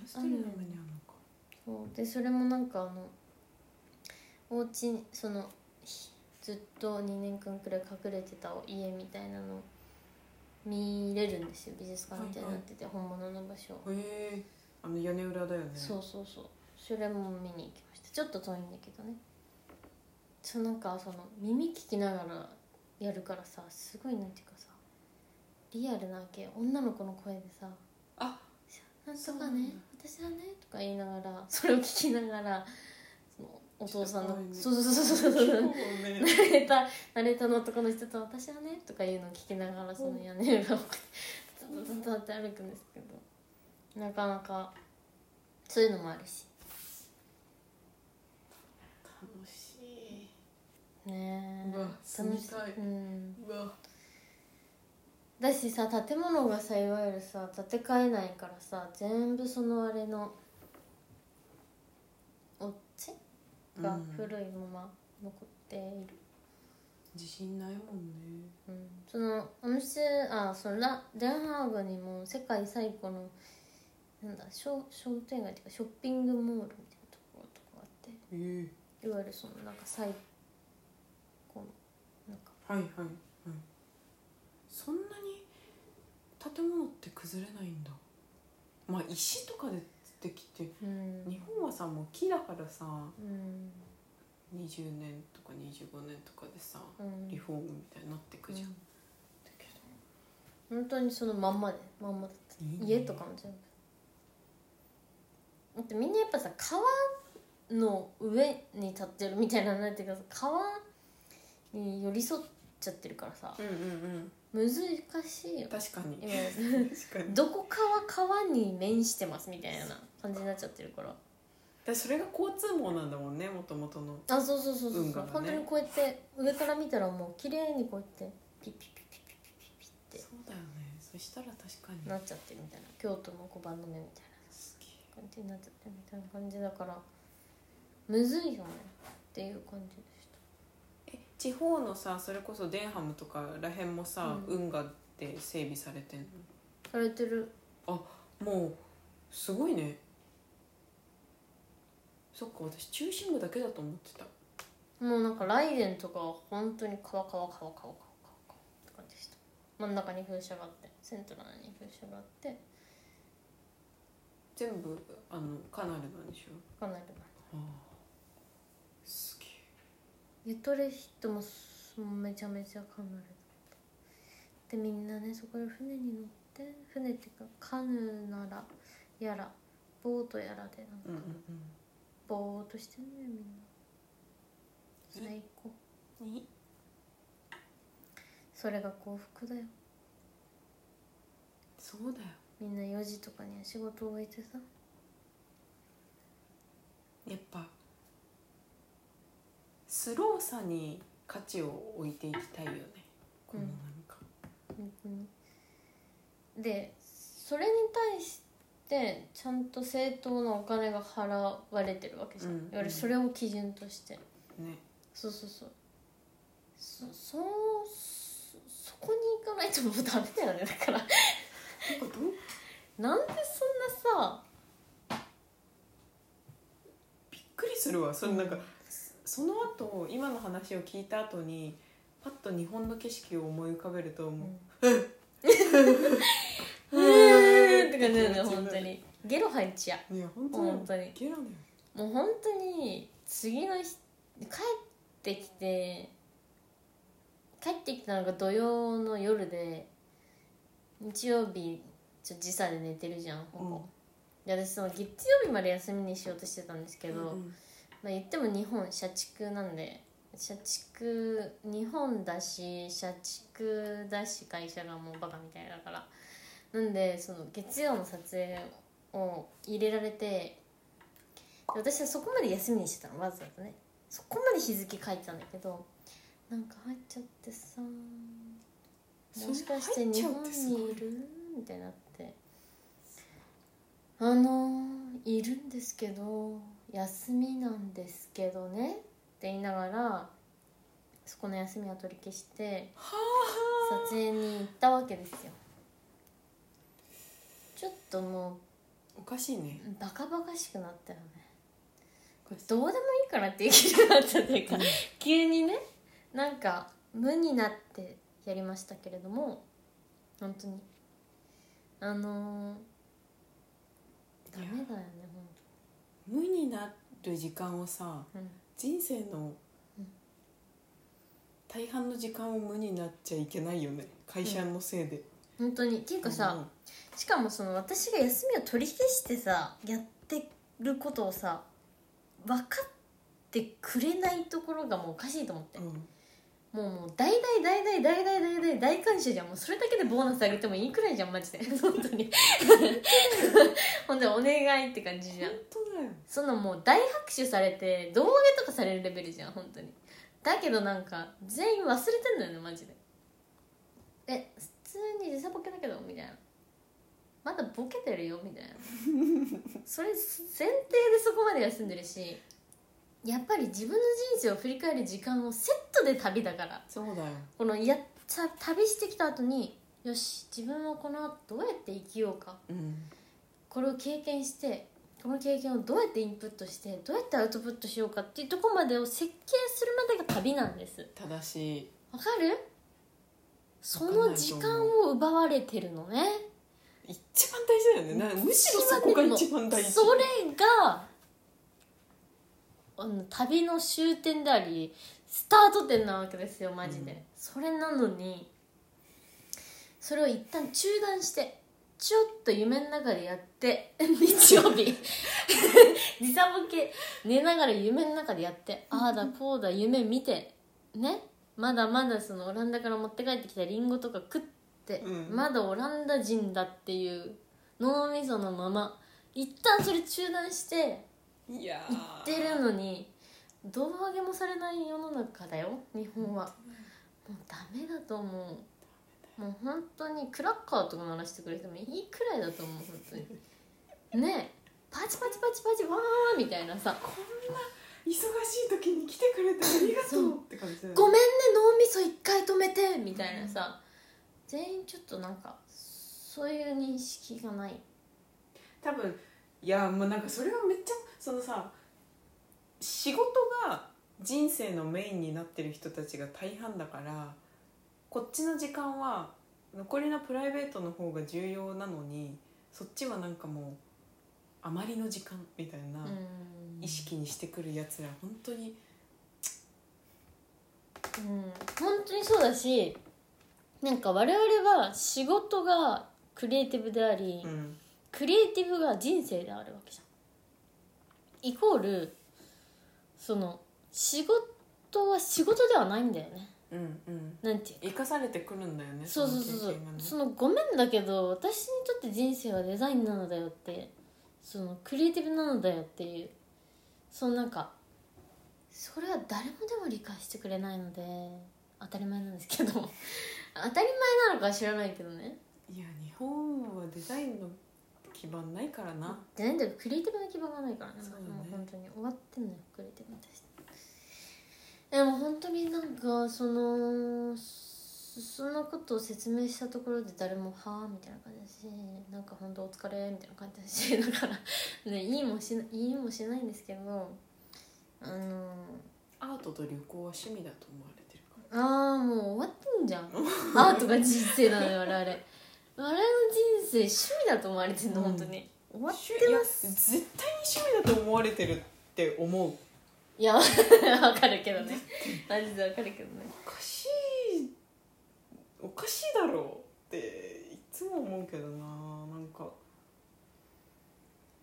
ムステルダムにあるのか
そうでそれもなんかあのお家にそのひずっと2年間くらい隠れてた家みたいなの見れるんですよ美術館みたいになってて、本物の場所、
へえあの屋根裏だよね
そうそうそうそれも見に行きましたちょっと遠いんだけどねそうなんかその耳聞きながらやるからさすごいなんていうかさリアルなわけ女の子の声でさ
あ
なんと
そう
か
なん
ね
だ
私だねとか言いながらそれを聞きながらそのお父さんの
ち
そ
ょ
うそうそうそうそ
そう
う
ね
慣れた慣れたの男の人と私はねとかいうのを聞きながらその屋根裏をずっとずっとって歩くんですけどなかなかそういうのもあるし
楽しい
ねえ
うわ住みたい
うん、
うわ
だしさ建物がさいわゆるさ建て替えないからさ全部そのあれのお家が古いまま残っている、
自信ないもんね
うんそのお店あそのラデンハーグにも世界最古のなんだ商商店街っていうかショッピングモールみたいなところとかあって
え
いわゆるそのなんか最古のなんか
えはいはいはいそんなに建物って崩れないんだまあ石とかでできて
うん
日本はさもう木だからさ
うん
20年とか25年とかでさ
うん
リフォームみたいになってくじゃん、
うん
だけ
本当にそのまんまでまんまだった
どいいね
家とかも全部だってみんなやっぱさ川の上に立ってるみたいななんていうかさ川に寄り添っちゃってるからさ
うんうんうん
難しいよ
確かに
今
確かに
どこかは川に面してますみたいな感じになっちゃってるから
だそれが交通網なんだもんねもともとの
あそうそうそうそう、
運
そ
河
う
がね
本当にこうやって上から見たらもう綺麗にこうやってピッピッピッピッピッピッピッ
そうだよねそしたら確かに
なっちゃってるみたいな京都の碁盤の目みたい
すげえ
な感じになっちゃってるみたいな感じだからむずいよねっていう感じでした
え地方のさそれこそデンハムとからへんもさ、
うん
運河って整備されてんの
されてる
もうすごいねそっか私中心部だけだと思ってた
もうなんかライデンとかは本当に川川川川川川川って感じでした真ん中に風車があってセントラルに風車があって
全部あのカナルなんでしょ
かなり
ああすげえ
ゆとり人もすめちゃめちゃカヌーだったでみんなねそこで船に乗って船っていうかカヌーならやらボートやらでなんか
うんうん
ぼーっとしてんのよみんな最高
うんいい
それが幸福だよ
そうだよ
みんな4時とかには仕事を終えてさ
やっぱスローさに価値を置いていきたいよねこのなんか、
本当にでそれに対してちゃんと正当なお金が払われてるわけじゃん、
うん
いわゆるそれを基準として
ね
そうそうそうそそそそこに行かないともうダメだよねだから
なんかどう
なんでそんなさ
びっくりするわそのなんか、その後今の話を聞いた後にパッと日本の景色を思い浮かべるとも
うーんって感じなんだよ本当にゲロ吐いちゃ
う、いや本
う
当
本当
に
に
ゲラだよ
もう本当に次の日帰ってきて帰ってきたのが土曜の夜で日曜日ちょっと時差で寝てるじゃんほぼ、で私その月曜日まで休みにしようとしてたんですけど、
うん
まあ、言っても日本社畜なんで社畜日本だし社畜だし会社がもうバカみたいだからなんでその月曜の撮影を入れられてで私はそこまで休みにしてたのわざわざねそこまで日付書いてたんだけどなんか入っちゃってさもしかして日本にいるみたいになって「あのいるんですけど休みなんですけどね」って言いながらそこの休みは取り消して
は
撮影に行ったわけですよちょっとも
おかしいね
うバカバカしくなったよね
おかしい
どうでもいいからって生きるようになったというか
うん
急にねなんか無になってやりましたけれども本当にあのー、ダメだよね
無になる時間をさ
本当うん
人生の
うん
大半の時間を無になっちゃいけないよね会社のせいで、
本当にっていうかさ、しかもその私が休みを取り消してさやってることをさ分かってくれないところがもうおかしいと思って、
うん、うん
もうもう大大大大大大大大大感謝じゃんもうそれだけでボーナスあげてもいいくらいじゃんマジで本当にほんでお願いって感じじゃ
本
ん
当だよ
そのもう大拍手されて胴上げとかされるレベルじゃん本当にだけどなんか全員忘れてんのよねマジでえ普通に時差ボケだけどみたいなまだボケてるよみたいなそれ前提でそこまで休んでるしやっぱり自分の人生を振り返る時間をセットで旅だから
そうだよ
このやさ旅してきた後によし自分はこの後どうやって生きようか
うん
これを経験してこの経験をどうやってインプットしてどうやってアウトプットしようかっていうとこまでを設計するまでが旅なんです
正しい
わかるそ
わかん
の
ない
時
と思う
間を奪われてるのね
一番大事だよねなむしろそこが一番大事
それがあの旅の終点でありスタート点なわけですよマジで、
うん
それなのにそれを一旦中断してちょっと夢の中でやって 日曜 日時差ボケ寝ながら夢の中でやってああだこうだ夢見てねまだまだそのオランダから持って帰ってきたリンゴとか食って、
うん
まだオランダ人だっていう脳みそのまま一旦それ中断して
いや
行ってるのに胴上げもされない世の中だよ日本はもうダメだと思うもう本当にクラッカーとか鳴らしてくれてもいいくらいだと思う本当にねえパチパチパチパチわーわーみたいなさ
こんな忙しい時に来てくれてありがとうって感じだよね
ごめんね脳みそ一回止めてみたいなさ全員ちょっとなんかそういう認識がない
多分いやもうなんかそれはめっちゃそのさ仕事が人生のメインになってる人たちが大半だからこっちの時間は残りのプライベートの方が重要なのにそっちはなんかもう余りの時間みたいな
うん
意識にしてくるやつら本当に
うん本当にそうだしなんか我々は仕事がクリエイティブであり、
うん
クリエイティブが人生であるわけじゃんイコールその仕事は仕事ではないんだよね
うんうん
なんていう
生かされてくるんだよね
そうそうそうそう
の経験がね
そのごめんだけど私にとって人生はデザインなのだよってそのクリエイティブなのだよっていうそのなんかそれは誰もでも理解してくれないので当たり前なんですけど 当たり前なのかは知らないけどね
いや日本はデザインの基盤ないからな、
でなんだろうクリエイティブな基盤がないからね
そうだね
もう本当に終わってんのよクリエイティブに対してでも本当になんかそのそそんなことを説明したところで誰も「はあ」みたいな感じだしなんか本当お疲れみたいな感じだし だからねいいもしないいもしないんですけどあの
アートと旅行は趣味だと思われてるか
ああもう終わってん じゃんアートが人生なのよ我々我々の人生趣味だと思われてんの、
うん
本当に終わ
ら
ってます
いや絶対に趣味だと思われてるって思う
いやわかるけどねマジでわかるけどね
おかしいおかしいだろうっていつも思うけどななんか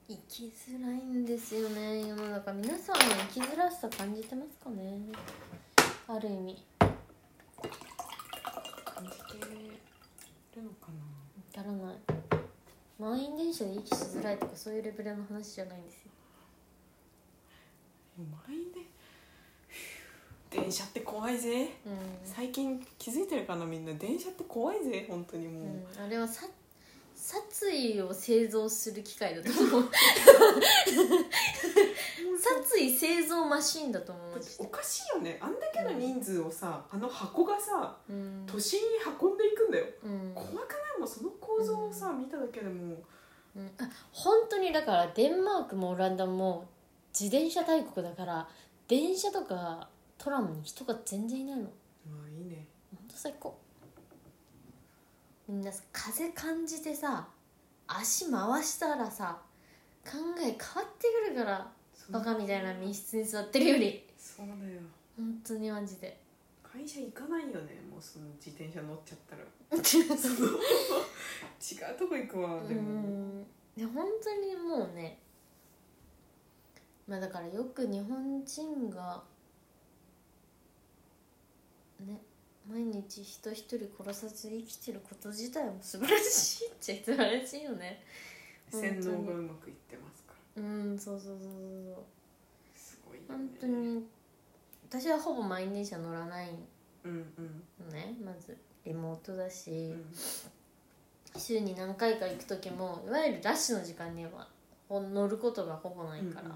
生きづらいんですよね世の中皆さんは生きづらしさ感じてますかねある意味
感じてるのかな
わからない満員電車で息しづらいとかそういうレベルの話じゃないんですよ
満員でふぅ電車って怖いぜ
う
最近気づいてるかなみんな電車って怖いぜ本当にも
ん、
う、
うん、あれはさ殺意を製造する機械だと思 う殺意製造マシンだと思うマ
だって
ジ
お
で
かしいよねあんだけの人数をさ、あの箱がさ
うん、
都心に運んでいくんだよ
うん
怖くないもうその構造をさ、見ただけでもう
うん、あ本当にだからデンマークもオランダも自転車大国だから電車とかトラムに人が全然いないの本
まあいいね
当最高みんなさ風感じてさ足回したらさ考え変わってくるから
そう
バカみたいな密室に座ってるより
そうだよ
本当にマジで
会社行かないよねもうその自転車乗っちゃったら違うとこ行くわで
う
も
んで本当にもうねまあだからよく日本人がね毎日人一人殺さず生きてること自体も素晴らしいっちゃ素晴らしいよね
洗脳がうまくいってますから
うんそうそうそうそうそう
すごいよね
本当に私はほぼ満員電車乗らない
うんうん
のねまずリモートだし、
うん
週に何回か行く時もいわゆるラッシュの時間にはほ乗ることがほぼないから、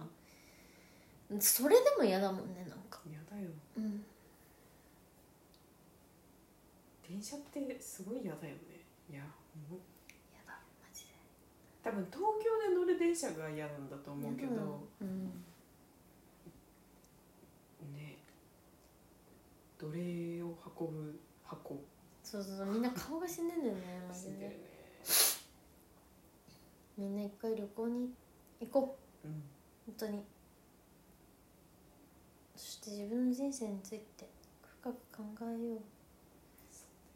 それでも嫌だもんねなんか、
やだよ
うん、
電車ってすごい嫌だよねいやもう
嫌だマジで
多分東京で乗る電車が嫌なんだと思うけど
嫌だようん、
ね奴隷を運ぶ箱
そうそうそうみんな顔が死んでんだよねマ
し
ジ
てる
で
ね
みんな一回旅行に行こう
うん
本当にそして自分の人生について深く考えよう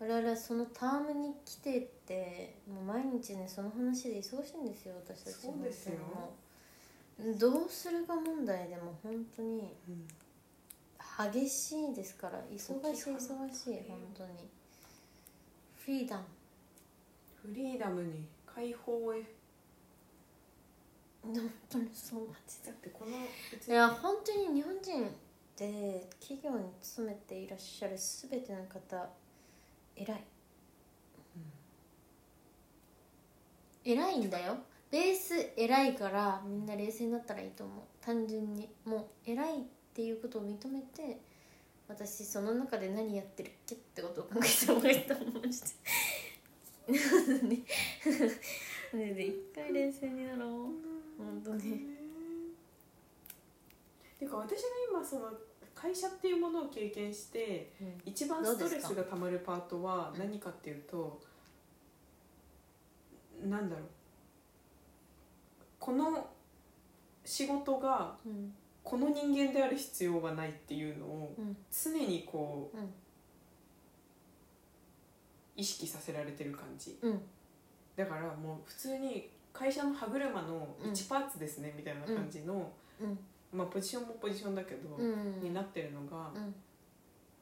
我々はそのタームに来てってもう毎日ねその話で忙しいんですよ私たち
そうですよ
もどうするか問題でも本当に
うん
激しいですから忙しい忙しい本当にフリーダム
フリーダムに解放へ
本当にそうマジで
だってこの別
いや本当に日本人で企業に勤めていらっしゃる全ての方偉い、偉いんだよベース偉いからみんな冷静になったらいいと思う単純にもう偉いっていうことを認めて私その中で何やってるっけってことを考えた方がいいと思うマジ でね ねね一回冷静になろう本当に
てか私が今その会社っていうものを経験して
うん
一番ストレ
どう
ス
で
がたまるパートは何かっていうとなんだろうこの仕事が
うん
この人間である必要はないっていうのを
うん
常にこう
うん
意識させられてる感じ
うん
だからもう普通に会社の歯車の1パーツですね、みたいな感じの、
うん
まあポジションもポジションだけど、
うん
になってるのが、
うん
も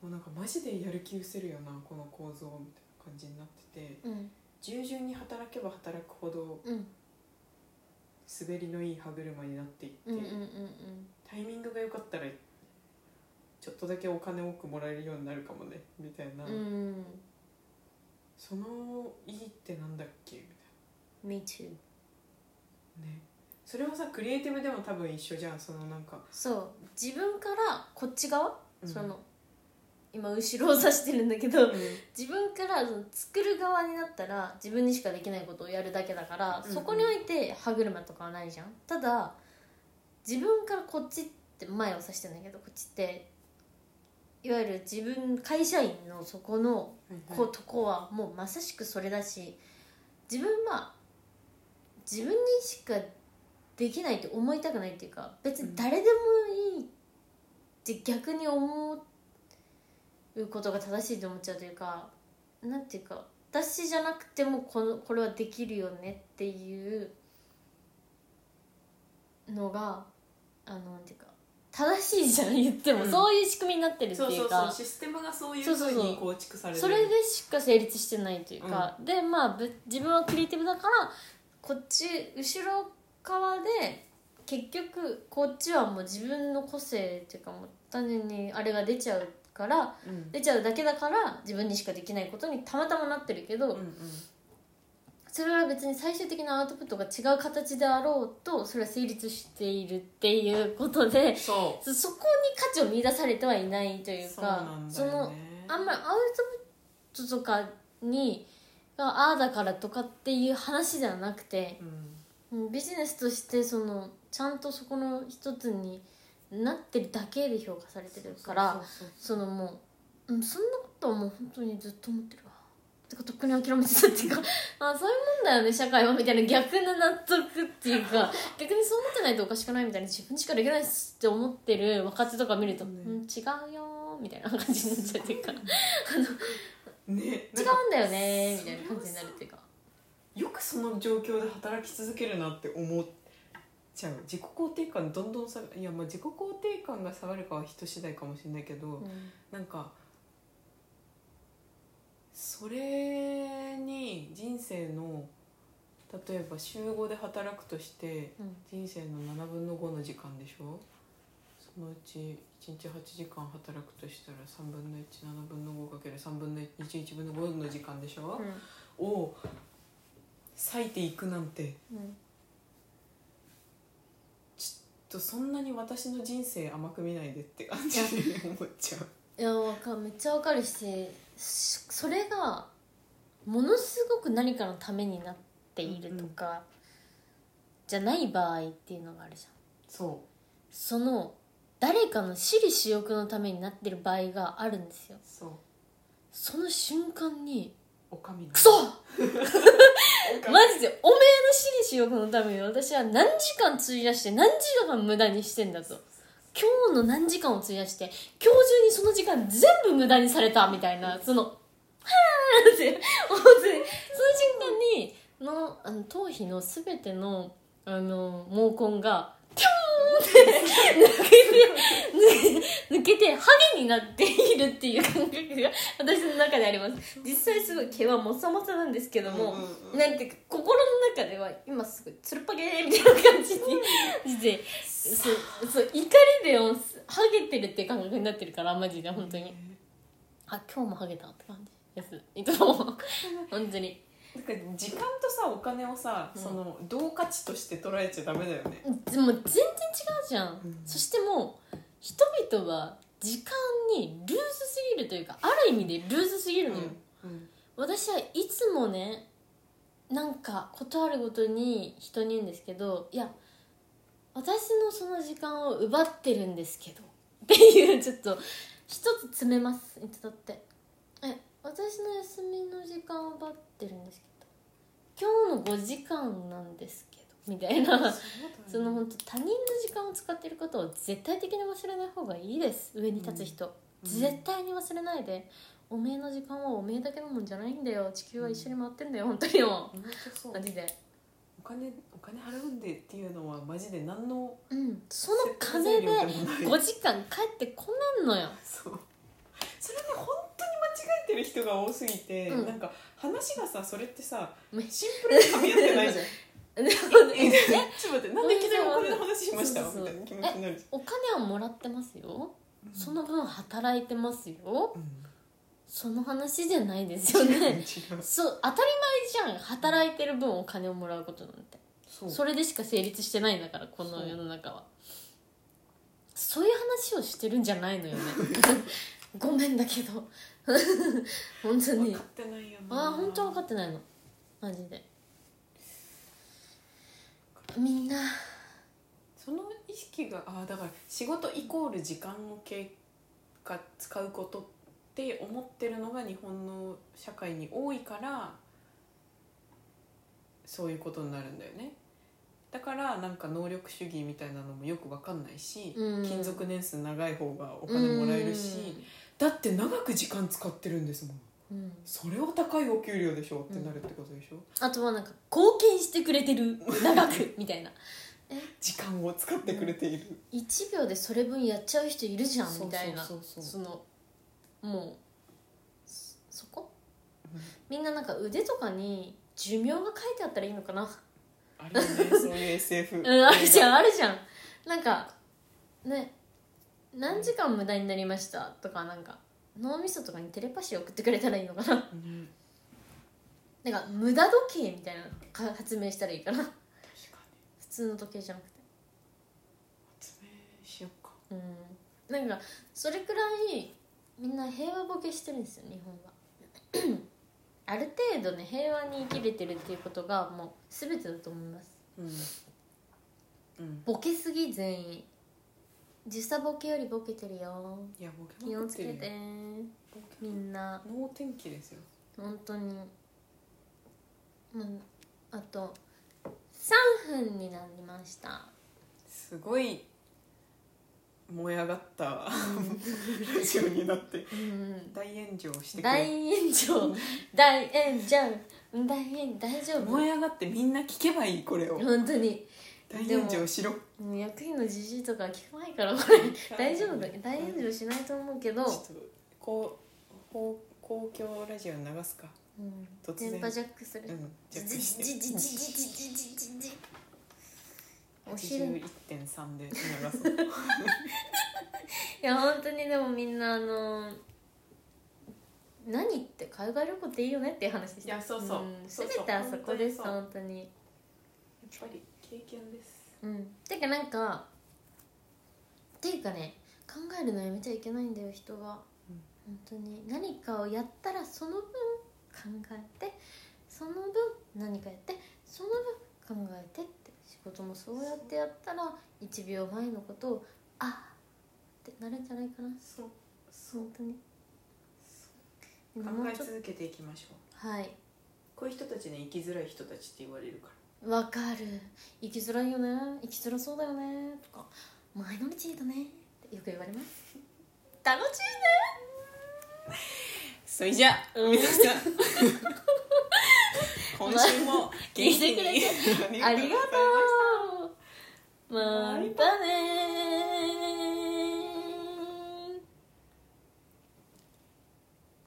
うなんかマジでやる気失せるよなこの構造みたいな感じになってて
うん
従順に働けば働くほど
うん
滑りのいい歯車になっていって、
うんうんうん
タイミングが良かったらちょっとだけお金多くもらえるようになるかもねみたいな、
うんうん
そのいいってなんだっけみたい
Me too
なねそれはさクリエイティブでも多分一緒じゃんそのなんか、
そう自分からこっち側、
うん
その今後ろを指してるんだけど
うん
自分からその作る側になったら自分にしかできないことをやるだけだから、
うん
そこにおいて歯車とかはないじゃんただ自分からこっちって前を指してんだけどこっちっていわゆる自分会社員のそこの
はい
こ
は
うとこはもうまさしくそれだし自分は自分にしかできないと思いたくないっていうか別に誰でもいいって逆に思うことが正しいと思っちゃうというかなんていうか私じゃなくてもこのこれはできるよねっていうのがあのなんていうか正しいじゃん言っても、
うん
そういう仕組みになってる
い
ってい
そう
か
そうそうシステムがそういうふ
そう
う
そうそう
に構築されて
そ
る
れでしか成立してないというか、でまあぶ自分はクリエイティブだからこっち後ろ側で結局こっちはもう自分の個性っていうかもう単純にあれが出ちゃうから
うん
出ちゃうだけだから自分にしかできないことにたまたまなってるけど、
うんうん
それは別に最終的なアウトプットが違う形であろうとそれは成立しているっていうことで
そ
そそこに価値を見出されてはいないと
う
いう
そう
か
なんだ
そ
よ
の
ね
あんまりアウトプットとかにがああだからとかっていう話ではなくて
うん
うんビジネスとしてそのちゃんとそこの一つになってるだけで評価されてるから
そうそう
そのもううんそんなことはもう本当にずっと思ってるわてかとっくに諦めてたっていうか あそういうもんだよね社会はみたいな逆の納得っていう か逆にそう思ってないとおかしくないみたいな自分しかできないっすって思ってる若手とか見ると、
ね
うん違うよーみたいな感じになっちゃうっていうか
そうね
違
な
うん
か
んだよねみたいな感じになるっていうか
よくその状況で働き続けるなって思っちゃう自己肯定感どんどん下がいやまあ自己肯定感が下がるかは人次第かもしれないけど、なんかそれに人生の例えば週5で働くとして
うん
人生の7分の5の時間でしょそのうち1日8時間働くとしたら3分の17分の 5×3 分の11分の5の時間でしょ、を割いていくなんて
うん
とそんなに私の人生甘く見ないでって感じで思っちゃう。
いやわかめっちゃわかるししそれがものすごく何かのためになっているとかじゃない場合っていうのがあるじゃん
そ
その誰かの私利私欲のためになってる場合があるんですよ
うそう
その瞬間に
おかみ
「クソ!」
おか
マ
み
ジでおめえの私利私欲のために私は何時間費やして何時間無駄にしてんだと今日の何時間を費やして今日中にその時間全部無駄にされたみたいなその「はーって思ってその瞬間にのあの頭皮の全てのあの毛根がピョーンって抜けて抜けてハゲになっているっていう感覚が私の中であります実際すごい毛はもさもさなんですけども、
うんうんうん
なんていうか心の中では今すぐつるっぱげーみたいな感じにでそうそう怒りでもうハゲてるって感覚になってるからマジで本当にあ今日もハゲたって感じですいつも本当に
なんか時間とさお金をさ、
うん
その同価値として捉えちゃダメだよね。
でも全然違うじゃん、
うん
そしてもう人々は時間にルーズすぎるというかある意味でルーズすぎるのよ、
うん
私はいつもねなんかことあるごとに人に言うんですけどいや私のその時間を奪ってるんですけどっていうちょっと一つ詰めますいつだってえ私の休みの時間を奪ってるんですけど今日の5時間なんですけどみたいなその本当他人の時間を使っていることを絶対的に忘れない方がいいです上に立つ人、
うん
絶対に忘れないでおめえの時間はおめえだけのもんじゃないんだよ地球は一緒に回ってんだよ本当にも
本当そううだ
マ
よね
ジで
お金お金払うんでっていうのはマジで何の
うんその金で
説得材料も
5
ない
時間帰ってこねんの よ
そうそれね本当に間違えてる人が多すぎて、
うん
なんか話がさそれってさ
め
シンプルに噛み合って ないじゃん
でも
え
ね
ちょっと待ってなんで昨日お金の話しました
そうそうそ
み
う
たいな気持ちになるじ
お金はもらってますよ
ゃん
その分働いてますよ
うん
その話じゃないですよね
違う
そう当たり前じゃん働いてる分お金をもらうことなんて
そう
それでしか成立してないんだからこの世の中はそういう話をしてるんじゃない のよねごめんだけど 本当
分
に
かってないよな
ああ本当分かってないのマジでみんな
その意識があーだから仕事イコール時間を経過使うことって思ってるのが日本の社会に多いからそういうことになるんだよねだからなんか能力主義みたいなのもよくわかんないし、
うん
勤続年数長い方がお金もらえるし、だって長く時間使ってるんですもん
うんうん
それは高いお給料でしょってなるってことでしょ、
あとはなんか貢献してくれてる長くみたいな
時間を使ってくれている、
1秒でそれ分やっちゃう人いるじゃんみたいな
そうそうそう
そのもうそそこ
うん
みんななんか腕とかに寿命が書いてあったらいいのかな
あるよねそういう SF
うんあるじゃんあるじゃんなんかね何時間無駄になりましたとかなんか脳みそとかにテレパシー送ってくれたらいいのかな
うん
なんか無駄時計みたいなのか発明したらいいかな普
確かに
通の時計じゃなくて
発明しようか
うんなんかそれくらいみんな平和ボケしてるんですよ日本は ある程度ね平和に生きれてるっていうことがもう全てだと思います
うんうん
ボケすぎ全員時差ボケよりボケてるよ
いやボケ
気
ま
を
くっ
つけ
てる
て
よボケ
みんな
能天気ですよ
本当にもうあと3分になりました
すごい燃え上がったラジオになって
うん
大炎上してく
大
れ
炎上大炎上大炎大丈夫
燃え上がってみんな聞けばいいこれを
本当に
大炎上しろ
もう役員のじじいとか聞かないからこれ大丈夫だ大炎上しないと思うけど、
ちょっとこう公公共ラジオ流すか
うん、
突然
電波ジャックする
うん
じ
じゃ
じ
あ
じじじじじじじじお昼い
81.3で流す
や本当にでもみんなあの何って海外旅行っていいよねっていう話でした
いやそうそうんそう
全
そう
てあそこです
本当にそう
本当に
やっぱり経験です
うんてかなんかっていうかね考えるのやめちゃいけないんだよ人は、
うん
本当に何かをやったらその分考えてその分何かやってその分考えてって仕事もそうやってやったら1秒前のことをあーってなるんじゃないかな
そうそう
本当に
考
もう
え
ちょっ
続けていきましょう
とはい
こういう人たちね生きづらい人たちって言われるか
わかる生きづらいよね生きづらそうだよねとかマイノリティだねってよく言われます楽しい
らそれじゃあ皆さん 今週も元気に
聞いてくれ
あり
ねありが
とうござい
とうま
ました
たね